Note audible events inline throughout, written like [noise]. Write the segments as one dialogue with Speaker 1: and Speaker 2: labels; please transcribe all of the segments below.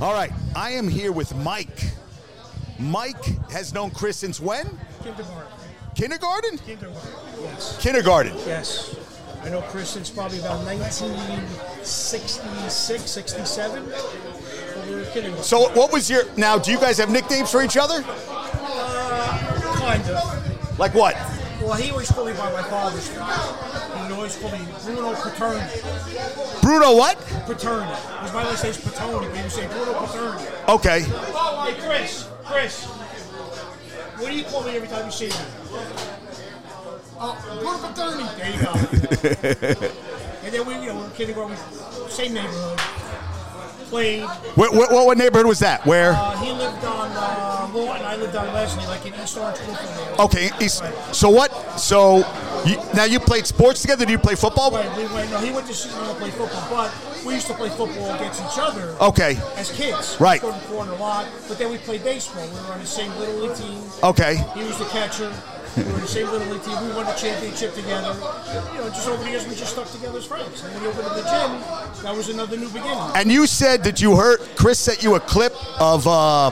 Speaker 1: All right, I am here with Mike. Mike has known Chris since when?
Speaker 2: Kindergarten.
Speaker 1: Kindergarten?
Speaker 2: Kindergarten. Yes.
Speaker 1: Kindergarten.
Speaker 2: Yes. I know Chris since probably about 1966, 67. When we were kindergarten.
Speaker 1: So, what was your. Now, do you guys have nicknames for each other?
Speaker 2: kind of.
Speaker 1: Like what?
Speaker 2: Well, he always called me by my father's name. He would always called me Bruno Paterno.
Speaker 1: Bruno, what?
Speaker 2: Paterno. His my last name's Paterno, but he would say Bruno Paterno.
Speaker 1: Okay.
Speaker 2: Hey, Chris. Chris. What do you call me every time you see me? Oh, Bruno Paterno. There you go. and then we, you know, we were kindergarten, same neighborhood. Played.
Speaker 1: What, what, what neighborhood was that? Where?
Speaker 2: Uh, he lived on uh, Walton. I lived on Leslie, like in East Orange, Brooklyn.
Speaker 1: Okay. East, so, what? So, you, now you played sports together? Do you play football?
Speaker 2: Right, we went, no, he went to Seton to play football, but we used to play football against each other
Speaker 1: Okay.
Speaker 2: as kids.
Speaker 1: Oh. Right.
Speaker 2: We scored in the corner a lot, but then we played baseball. We were on the same Little League team.
Speaker 1: Okay.
Speaker 2: He was the catcher. We were the same Little League team. We won the championship together. You know, just over the years, we just stuck together as friends. And when he opened up the gym, that was another new beginning.
Speaker 1: And you said that you heard Chris sent you a clip of uh,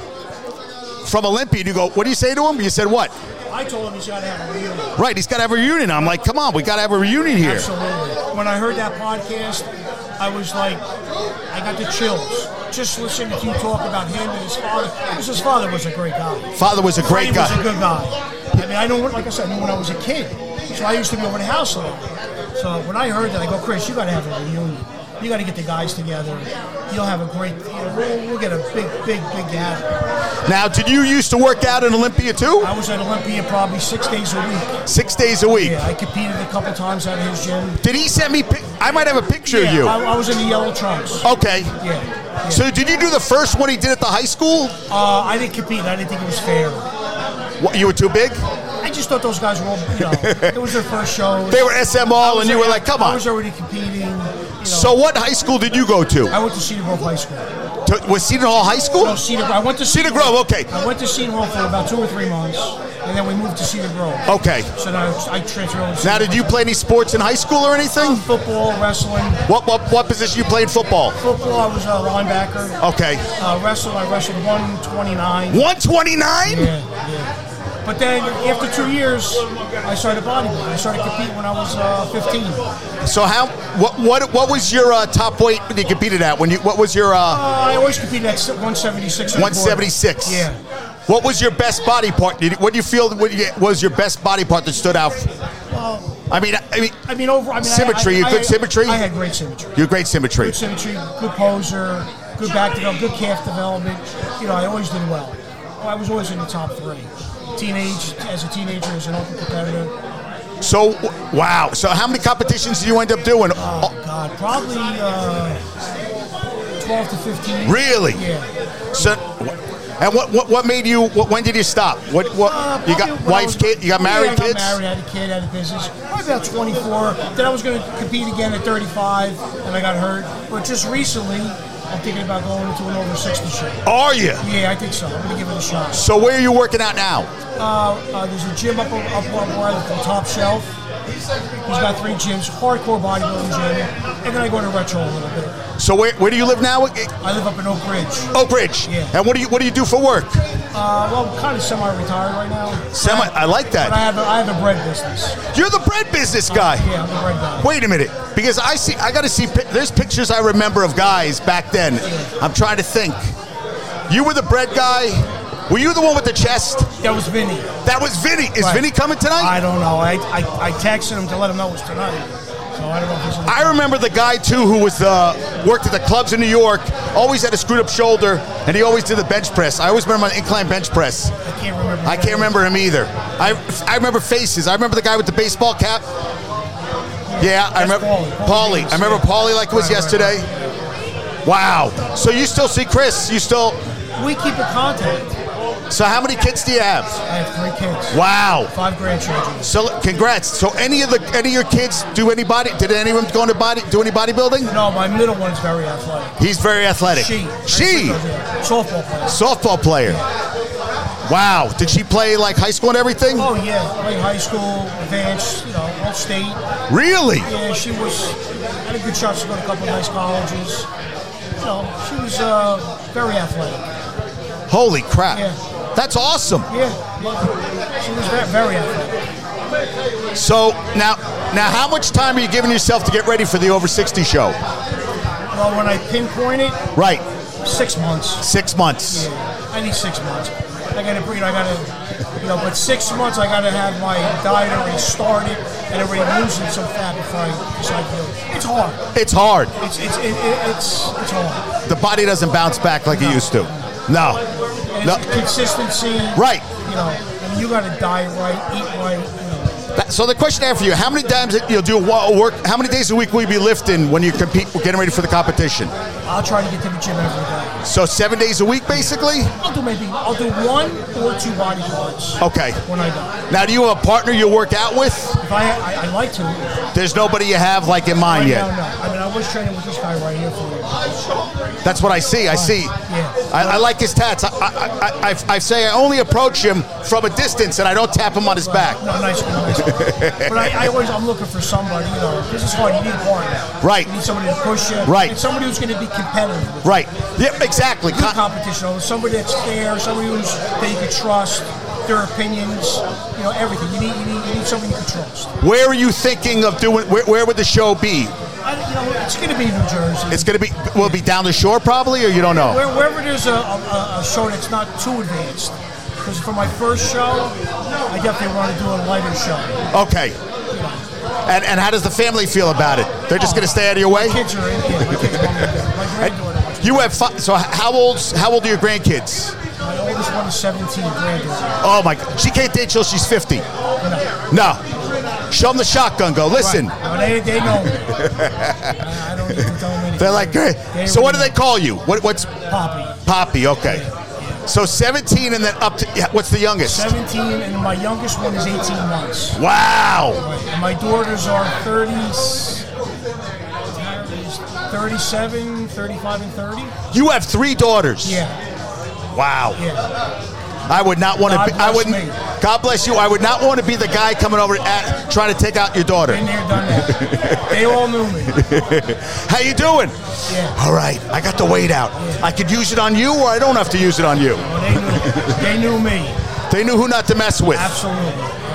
Speaker 1: from Olympia, and you go, "What do you say to him?" You said, "What?"
Speaker 2: I told him he's got to have a reunion.
Speaker 1: Right? He's got to have a reunion. I'm like, "Come on, we got to have a reunion here."
Speaker 2: Absolutely. When I heard that podcast, I was like, I got the chills. Just listening to you talk about him and his father. Because his father was a great guy.
Speaker 1: Father was a great
Speaker 2: he was a
Speaker 1: guy.
Speaker 2: good guy. I mean, I know, what- like I said, I knew when I was a kid. So I used to be over the house a lot. So when I heard that, I go, Chris, you got to have a reunion. You got to get the guys together. You'll have a great, you know, we'll, we'll get a big, big, big gathering.
Speaker 1: Now, did you used to work out in Olympia too?
Speaker 2: I was at Olympia probably six days a week.
Speaker 1: Six days a week.
Speaker 2: Yeah, I competed a couple times at his gym.
Speaker 1: Did he send me? Pic- I might have a picture of
Speaker 2: Yeah,
Speaker 1: you.
Speaker 2: I, I was in the yellow trunks.
Speaker 1: Okay.
Speaker 2: Yeah. yeah.
Speaker 1: So, did you do the first one he did at the high school?
Speaker 2: Uh, I didn't compete. I didn't think it was fair.
Speaker 1: What, you were too big.
Speaker 2: I just thought those guys were all, you know,
Speaker 1: [laughs]
Speaker 2: it was their first show.
Speaker 1: They were SML, and you were like, "Come
Speaker 2: I
Speaker 1: on."
Speaker 2: was already competing. You know.
Speaker 1: So, what high school did you go to?
Speaker 2: I went to Cedar Grove High School.
Speaker 1: to was Seton Hall High
Speaker 2: No,
Speaker 1: School?
Speaker 2: Cedar Grove. I went to
Speaker 1: Cedar Grove. Okay.
Speaker 2: I went to Cedar Grove for about two or three months, and then we moved to Cedar Grove.
Speaker 1: Okay.
Speaker 2: So now I, I transferred over to
Speaker 1: Now, did you play any sports in high school or anything?
Speaker 2: football, wrestling.
Speaker 1: What what, what position you played football?
Speaker 2: Football, I was a linebacker.
Speaker 1: Okay.
Speaker 2: Uh, wrestling, I wrestled 129.
Speaker 1: 129?
Speaker 2: Yeah, yeah. But then after two years, I started bodybuilding. I started competing when I was uh, 15.
Speaker 1: So how what what what was your uh, top weight that you competed at when you what was your uh,
Speaker 2: Uh, I always compete at 176.
Speaker 1: 176?
Speaker 2: Yeah.
Speaker 1: What was your best body part? Did, what do you feel what you, was your best body part that stood out?
Speaker 2: Well,
Speaker 1: I mean, I mean,
Speaker 2: I mean, over. I mean, I-
Speaker 1: Symmetry,
Speaker 2: I,
Speaker 1: good
Speaker 2: I-
Speaker 1: symmetry?
Speaker 2: I had great symmetry.
Speaker 1: you're great symmetry.
Speaker 2: Good symmetry, good poser, good back development, good calf development. You know, I always did well. I was always in the top three. Teenage, as a teenager, as an open competitor.
Speaker 1: So w- wow. So how many competitions did you end up doing?
Speaker 2: Oh, God, probably uh, 12 to 15.
Speaker 1: Really?
Speaker 2: Yeah.
Speaker 1: So, and what, what what made you? What, when did you stop? What what
Speaker 2: Uh,
Speaker 1: you
Speaker 2: probably
Speaker 1: got?
Speaker 2: when I
Speaker 1: Wife's
Speaker 2: was-
Speaker 1: kid? You got
Speaker 2: yeah,
Speaker 1: married
Speaker 2: I got
Speaker 1: kids?
Speaker 2: married, had a kid, had a business. Probably about 24. Then I was going to compete again at 35, and I got hurt. But just recently, I'm thinking about going into an over 60 show.
Speaker 1: Are you?
Speaker 2: Yeah, I think so. I'm going to give it a shot.
Speaker 1: So where are you working out now?
Speaker 2: Uh, uh, there's a gym up on up on Royal called Top Shelf. He's got three gyms, hardcore bodybuilding gym, and then I go to retro a little bit.
Speaker 1: So where, where do you live now?
Speaker 2: I live up in Oak Ridge.
Speaker 1: Oak Ridge.
Speaker 2: Yeah.
Speaker 1: And what do you what do you do for work?
Speaker 2: Uh, well, I'm kind of semi-retired right now.
Speaker 1: Semi. I like
Speaker 2: But I
Speaker 1: that.
Speaker 2: have a, I have a bread business.
Speaker 1: You're the bread business guy.
Speaker 2: Yeah, I'm a bread guy.
Speaker 1: Wait a minute, because I see I got to see. pi- There's pictures I remember of guys back then. I'm trying to think. You were the bread guy. Were you the one with the chest?
Speaker 2: That was Vinny.
Speaker 1: That was Vinny. Is
Speaker 2: Right.
Speaker 1: Vinny coming tonight?
Speaker 2: I don't know. I, I, I texted him to let him know it was tonight. So I don't know if he's. in the-
Speaker 1: I remember the guy too who was the worked at the clubs in New York. Always had a screwed up shoulder, and he always did the bench press. I always remember an incline bench press.
Speaker 2: I can't remember.
Speaker 1: I can't remember him either. I, I remember faces. I remember the guy with the baseball cap. Yeah, I
Speaker 2: That's
Speaker 1: remember
Speaker 2: Paulie. Paulie
Speaker 1: Paulie.
Speaker 2: Davis,
Speaker 1: I remember
Speaker 2: yeah.
Speaker 1: Paulie like it was
Speaker 2: Right, right,
Speaker 1: yesterday. Wow. So you still see Chris? You still?
Speaker 2: We keep in contact.
Speaker 1: So how many kids do you have?
Speaker 2: I have three kids,
Speaker 1: Wow.
Speaker 2: five grandchildren.
Speaker 1: So congrats. So any of the any of your kids do anybody? Did any of them go into body do any bodybuilding?
Speaker 2: No, my middle one's very athletic.
Speaker 1: He's very athletic.
Speaker 2: She.
Speaker 1: She.
Speaker 2: Softball player.
Speaker 1: Softball player. Wow. Did she play like high school and everything?
Speaker 2: Oh yeah, played high school, advanced, you know, all state.
Speaker 1: Really?
Speaker 2: Yeah, she was had a good shot. She got a couple of nice colleges. you know, she was uh, very athletic.
Speaker 1: Holy crap.
Speaker 2: Yeah.
Speaker 1: That's awesome.
Speaker 2: Yeah, yeah. she was ve- very athletic.
Speaker 1: So now, now, how much time are you giving yourself to get ready for the over 60 show?
Speaker 2: Well, when I pinpoint it,
Speaker 1: Right,
Speaker 2: six months.
Speaker 1: six months.
Speaker 2: Yeah, I need six months. I gotta, you know, I gotta, you know, but six months I gotta have my diet already started and already losing some fat before I decide to do it. It's hard.
Speaker 1: It's hard.
Speaker 2: It's it's it, it, it's it's hard.
Speaker 1: The body doesn't bounce back like it used to. No.
Speaker 2: And
Speaker 1: No.
Speaker 2: it's consistency.
Speaker 1: Right.
Speaker 2: You know, I mean, you gotta diet right, eat right. You know,
Speaker 1: That- So the question I have for you: How many times that you'll do wa- work? How many days a week will you be lifting when you compete, getting ready for the competition?
Speaker 2: I'll try to get to the gym every day.
Speaker 1: So seven days a week, basically.
Speaker 2: I'll do maybe I'll do one or two body parts
Speaker 1: Okay.
Speaker 2: when I die.
Speaker 1: Now, do you have a partner you work out with?
Speaker 2: If I I, I like to. Right
Speaker 1: There's nobody you have like in mind
Speaker 2: now,
Speaker 1: yet.
Speaker 2: no. I mean, I was training with this guy right here for you.
Speaker 1: That's what I see. I see. I, I like his tats. I, I, I, I, I say I only approach him from a distance and I don't tap him on his back.
Speaker 2: No, nice one, nice
Speaker 1: [laughs]
Speaker 2: one. But I, I always, I'm looking for somebody, you know, this is hard, you need a partner.
Speaker 1: Right.
Speaker 2: You need somebody to push you.
Speaker 1: Right.
Speaker 2: And somebody who's going to be competitive. with you.
Speaker 1: Right. Yep. Exactly.
Speaker 2: Good
Speaker 1: Con-
Speaker 2: competition, you know, somebody that's fair, somebody who's, that you can trust, their opinions, you know, everything. You need, you need, you need somebody you can trust.
Speaker 1: Where are you thinking of doing? Where, where would the show be?
Speaker 2: I, you know, it's going to be New Jersey.
Speaker 1: It's gonna be. Will it be down the shore probably, or you don't know?
Speaker 2: Where, wherever there's a, a, a show that's not too advanced. Because for my first show, I definitely want to do a lighter show.
Speaker 1: Okay. And and how does the family feel about it? They're just gonna stay out of your way.
Speaker 2: Kids are in it. My kids want me to do it. My granddaughter wants me to do
Speaker 1: You have fi- so h- how old's how old are your grandkids?
Speaker 2: it. My oldest one is 17, granddaughter.
Speaker 1: Oh my! God. She can't date till she's fifty.
Speaker 2: You know.
Speaker 1: No. Show them the shotgun. Go listen.
Speaker 2: Right. No, they, they know. I, I don't need to tell them anything.
Speaker 1: They're like, "Great." so what do they call you? What what's
Speaker 2: Poppy.
Speaker 1: Poppy? Okay. So seventeen and then up to yeah, what's the youngest?
Speaker 2: 17, and my youngest one is 18 months.
Speaker 1: Wow.
Speaker 2: And my daughters are 30, 37, 35, and 30.
Speaker 1: You have three daughters.
Speaker 2: Yeah,
Speaker 1: Wow.
Speaker 2: yeah.
Speaker 1: I would not want to.
Speaker 2: God
Speaker 1: Be, I
Speaker 2: bless
Speaker 1: wouldn't.
Speaker 2: me.
Speaker 1: God bless you. I would not want to be the guy coming over at, trying to take out your daughter.
Speaker 2: Been there, done that. They all knew me.
Speaker 1: How you doing?
Speaker 2: Yeah.
Speaker 1: All right. I got the weight out. I could use it on you, or I don't have to use it on you.
Speaker 2: Well, oh, they knew. They knew me.
Speaker 1: They knew who not to mess with.
Speaker 2: Absolutely.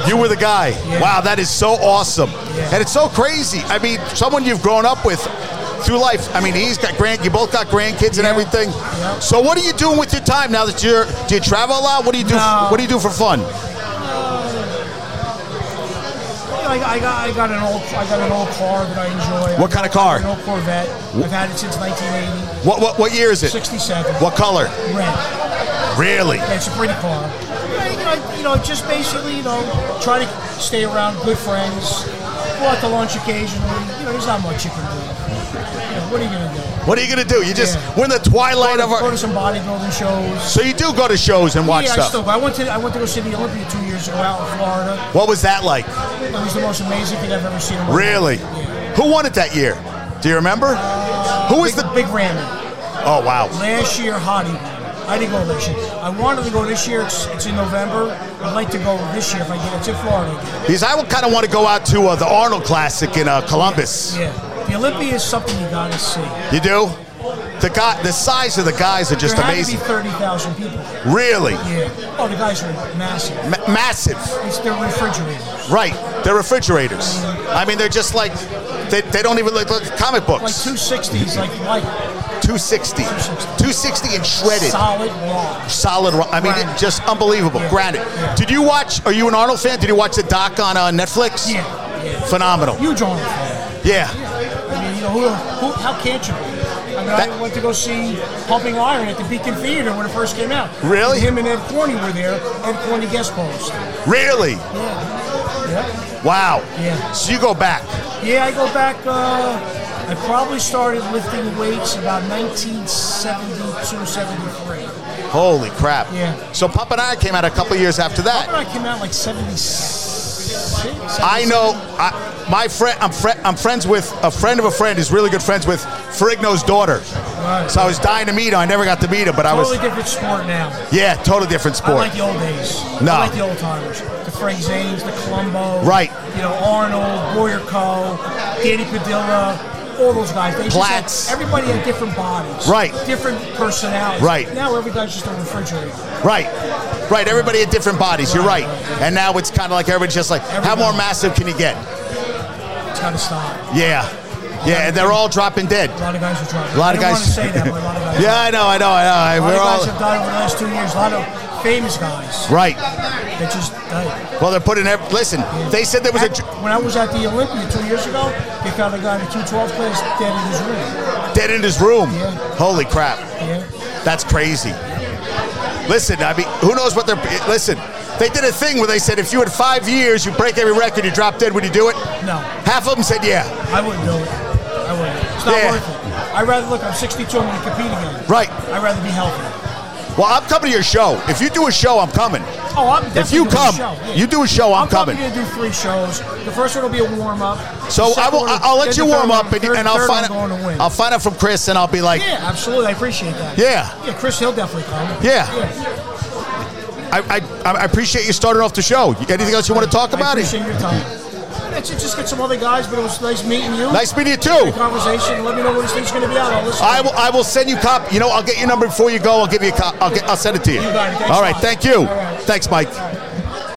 Speaker 1: You were the guy.
Speaker 2: Yeah.
Speaker 1: Wow, that is so awesome.
Speaker 2: Yeah.
Speaker 1: And it's so crazy. I mean, someone you've grown up with through life. I mean, he's got grand. You both got grandkids and
Speaker 2: Yeah.
Speaker 1: everything.
Speaker 2: Yeah.
Speaker 1: So, what are you doing with your time now that you're? Do you travel a lot? What do you do?
Speaker 2: No.
Speaker 1: What do you do for fun?
Speaker 2: I, I got I got an old I got an old car that I enjoy.
Speaker 1: What kind of car?
Speaker 2: An old Corvette. I've had it since 1980,
Speaker 1: What what what year is it?
Speaker 2: 67.
Speaker 1: What color?
Speaker 2: Red.
Speaker 1: Really?
Speaker 2: Yeah, It's a pretty car. You know, you know, just basically, you know, try to stay around good friends. Go out to lunch occasionally. You know, there's not much you can do. You know, what are you gonna do?
Speaker 1: What are you gonna do? You just
Speaker 2: Yeah.
Speaker 1: we're in the twilight of
Speaker 2: Go
Speaker 1: our.
Speaker 2: to some bodybuilding shows.
Speaker 1: So you do go to shows and watch
Speaker 2: yeah, I
Speaker 1: stuff.
Speaker 2: still. go. I went to I went to go see the Olympia two years ago out in Florida.
Speaker 1: what was that like?
Speaker 2: It was the most amazing thing I've ever seen. In my life.
Speaker 1: Really?
Speaker 2: Yeah.
Speaker 1: Who won it that year? Do you remember? Who is
Speaker 2: Big,
Speaker 1: the?
Speaker 2: big Rammy.
Speaker 1: Oh wow!
Speaker 2: Last year, Hottie. I didn't go this year. I wanted to go this year. It's, it's in November. I'd like to go this year if I get. It's in Florida. Again.
Speaker 1: Because I would kind of want to go out to uh, the Arnold Classic in uh, Columbus.
Speaker 2: Yeah, the Olympia is something you gotta see.
Speaker 1: You do? The guy, the size of the guys are just
Speaker 2: there
Speaker 1: amazing.
Speaker 2: had to be 30,000 people.
Speaker 1: Really
Speaker 2: Yeah. Oh, the guys are massive.
Speaker 1: Ma massive,
Speaker 2: It's their refrigerators.
Speaker 1: right? They're refrigerators. I mean, they're just like they, they don't even look like comic
Speaker 2: Like
Speaker 1: books.
Speaker 2: 260s, like light,
Speaker 1: 260, 260 and shredded.
Speaker 2: solid rock.
Speaker 1: solid. ro- I mean,
Speaker 2: Granite.
Speaker 1: it- just unbelievable.
Speaker 2: Yeah.
Speaker 1: Granite.
Speaker 2: Yeah.
Speaker 1: Did you watch? Are you an Arnold fan? Did you watch the doc on uh, Netflix?
Speaker 2: Yeah. yeah.
Speaker 1: Phenomenal.
Speaker 2: Huge Arnold fan.
Speaker 1: Yeah.
Speaker 2: I mean, you know, who, who, how can't you be? I mean,
Speaker 1: That-
Speaker 2: I went to go see Pumping Iron at the Beacon Theater when it first came out.
Speaker 1: Really?
Speaker 2: Him and Ed Corney were there. Ed Corney guest host.
Speaker 1: Really?
Speaker 2: Yeah.
Speaker 1: Wow.
Speaker 2: Yeah.
Speaker 1: So you go back.
Speaker 2: Yeah, I go back. Uh, I probably started lifting weights about 1972, 73.
Speaker 1: Holy crap.
Speaker 2: Yeah.
Speaker 1: So Papa and I came out a couple years after that.
Speaker 2: I came out like 76.
Speaker 1: I know. I, my friend, I'm, fri- I'm friends with a friend of a friend is really good friends with Ferrigno's daughter.
Speaker 2: Right.
Speaker 1: So I was dying to meet her. I never got to meet her, but I
Speaker 2: Totally
Speaker 1: was.
Speaker 2: different sport now.
Speaker 1: Yeah, totally different
Speaker 2: I
Speaker 1: sport.
Speaker 2: like the old days.
Speaker 1: No.
Speaker 2: I like the old timers. The Frank Zanes, the Colombo.
Speaker 1: Right.
Speaker 2: You know, Arnold, Boyer Co., Danny Padilla, all those guys. They just had-
Speaker 1: Platts.
Speaker 2: everybody had different bodies.
Speaker 1: Right.
Speaker 2: Different personalities.
Speaker 1: Right.
Speaker 2: Now everybody's just a refrigerator.
Speaker 1: Right. Right. Everybody had different bodies. You're right. And now it's kind of like everybody's just like, how more massive can you get?
Speaker 2: It's got to stop.
Speaker 1: Yeah. Yeah. And they're all dropping dead.
Speaker 2: A lot of guys are trying.
Speaker 1: A lot of
Speaker 2: I
Speaker 1: guys.
Speaker 2: didn't want to say that, but a lot of guys.
Speaker 1: yeah, I know. I know. I
Speaker 2: A
Speaker 1: know.
Speaker 2: lot
Speaker 1: We're
Speaker 2: of guys
Speaker 1: all
Speaker 2: have died over the last two years. A lot of famous guys
Speaker 1: right.
Speaker 2: that just died.
Speaker 1: Well, they're putting. Every, listen, they said there was a
Speaker 2: At-
Speaker 1: dr-
Speaker 2: when I was at the Olympia two years ago, they found a guy in a 212 class dead in his room.
Speaker 1: dead in his room.
Speaker 2: Yeah.
Speaker 1: Holy crap.
Speaker 2: Yeah.
Speaker 1: That's crazy. Listen, I mean, who knows what they're. Listen, they did a thing where they said if you had five years, you break every record, you drop dead. Would you do it?
Speaker 2: No.
Speaker 1: Half of them said yeah.
Speaker 2: I wouldn't do it. I wouldn't. It's not
Speaker 1: Yeah.
Speaker 2: worth it. I'd rather look. I'm 62. I'm going to compete again.
Speaker 1: Right.
Speaker 2: I'd rather be healthy.
Speaker 1: Well, I'm coming to your show. If you do a show, I'm coming.
Speaker 2: Oh, I'm definitely
Speaker 1: If you
Speaker 2: doing
Speaker 1: come,
Speaker 2: a show. yeah.
Speaker 1: you do a show, I'm,
Speaker 2: I'm
Speaker 1: coming.
Speaker 2: probably going to do three shows. The first one will be a warm up.
Speaker 1: So I will. I- I'll let you warm up, and, and I'll find.
Speaker 2: I'm going to win.
Speaker 1: Out, I'll find out from Chris, and I'll be like,
Speaker 2: yeah, absolutely. I appreciate that.
Speaker 1: Yeah.
Speaker 2: Yeah, Chris Hill definitely come.
Speaker 1: Yeah.
Speaker 2: yeah.
Speaker 1: I, I, I appreciate you starting off the show. Anything else you want to talk
Speaker 2: I
Speaker 1: about? It?
Speaker 2: appreciate your time. That's it. Just get some other guys, but it was nice meeting you.
Speaker 1: Nice meeting you too.
Speaker 2: conversation. Let me know when this thing's going to be out. I'll listen.
Speaker 1: I will. I will send you cop. You know, I'll get your number before you go. I'll give you. a cop. I'll get. I'll send it to you.
Speaker 2: You got it. Thanks
Speaker 1: All
Speaker 2: a
Speaker 1: right.
Speaker 2: lot.
Speaker 1: Thank you.
Speaker 2: All right.
Speaker 1: Thanks, Mike.
Speaker 2: All right.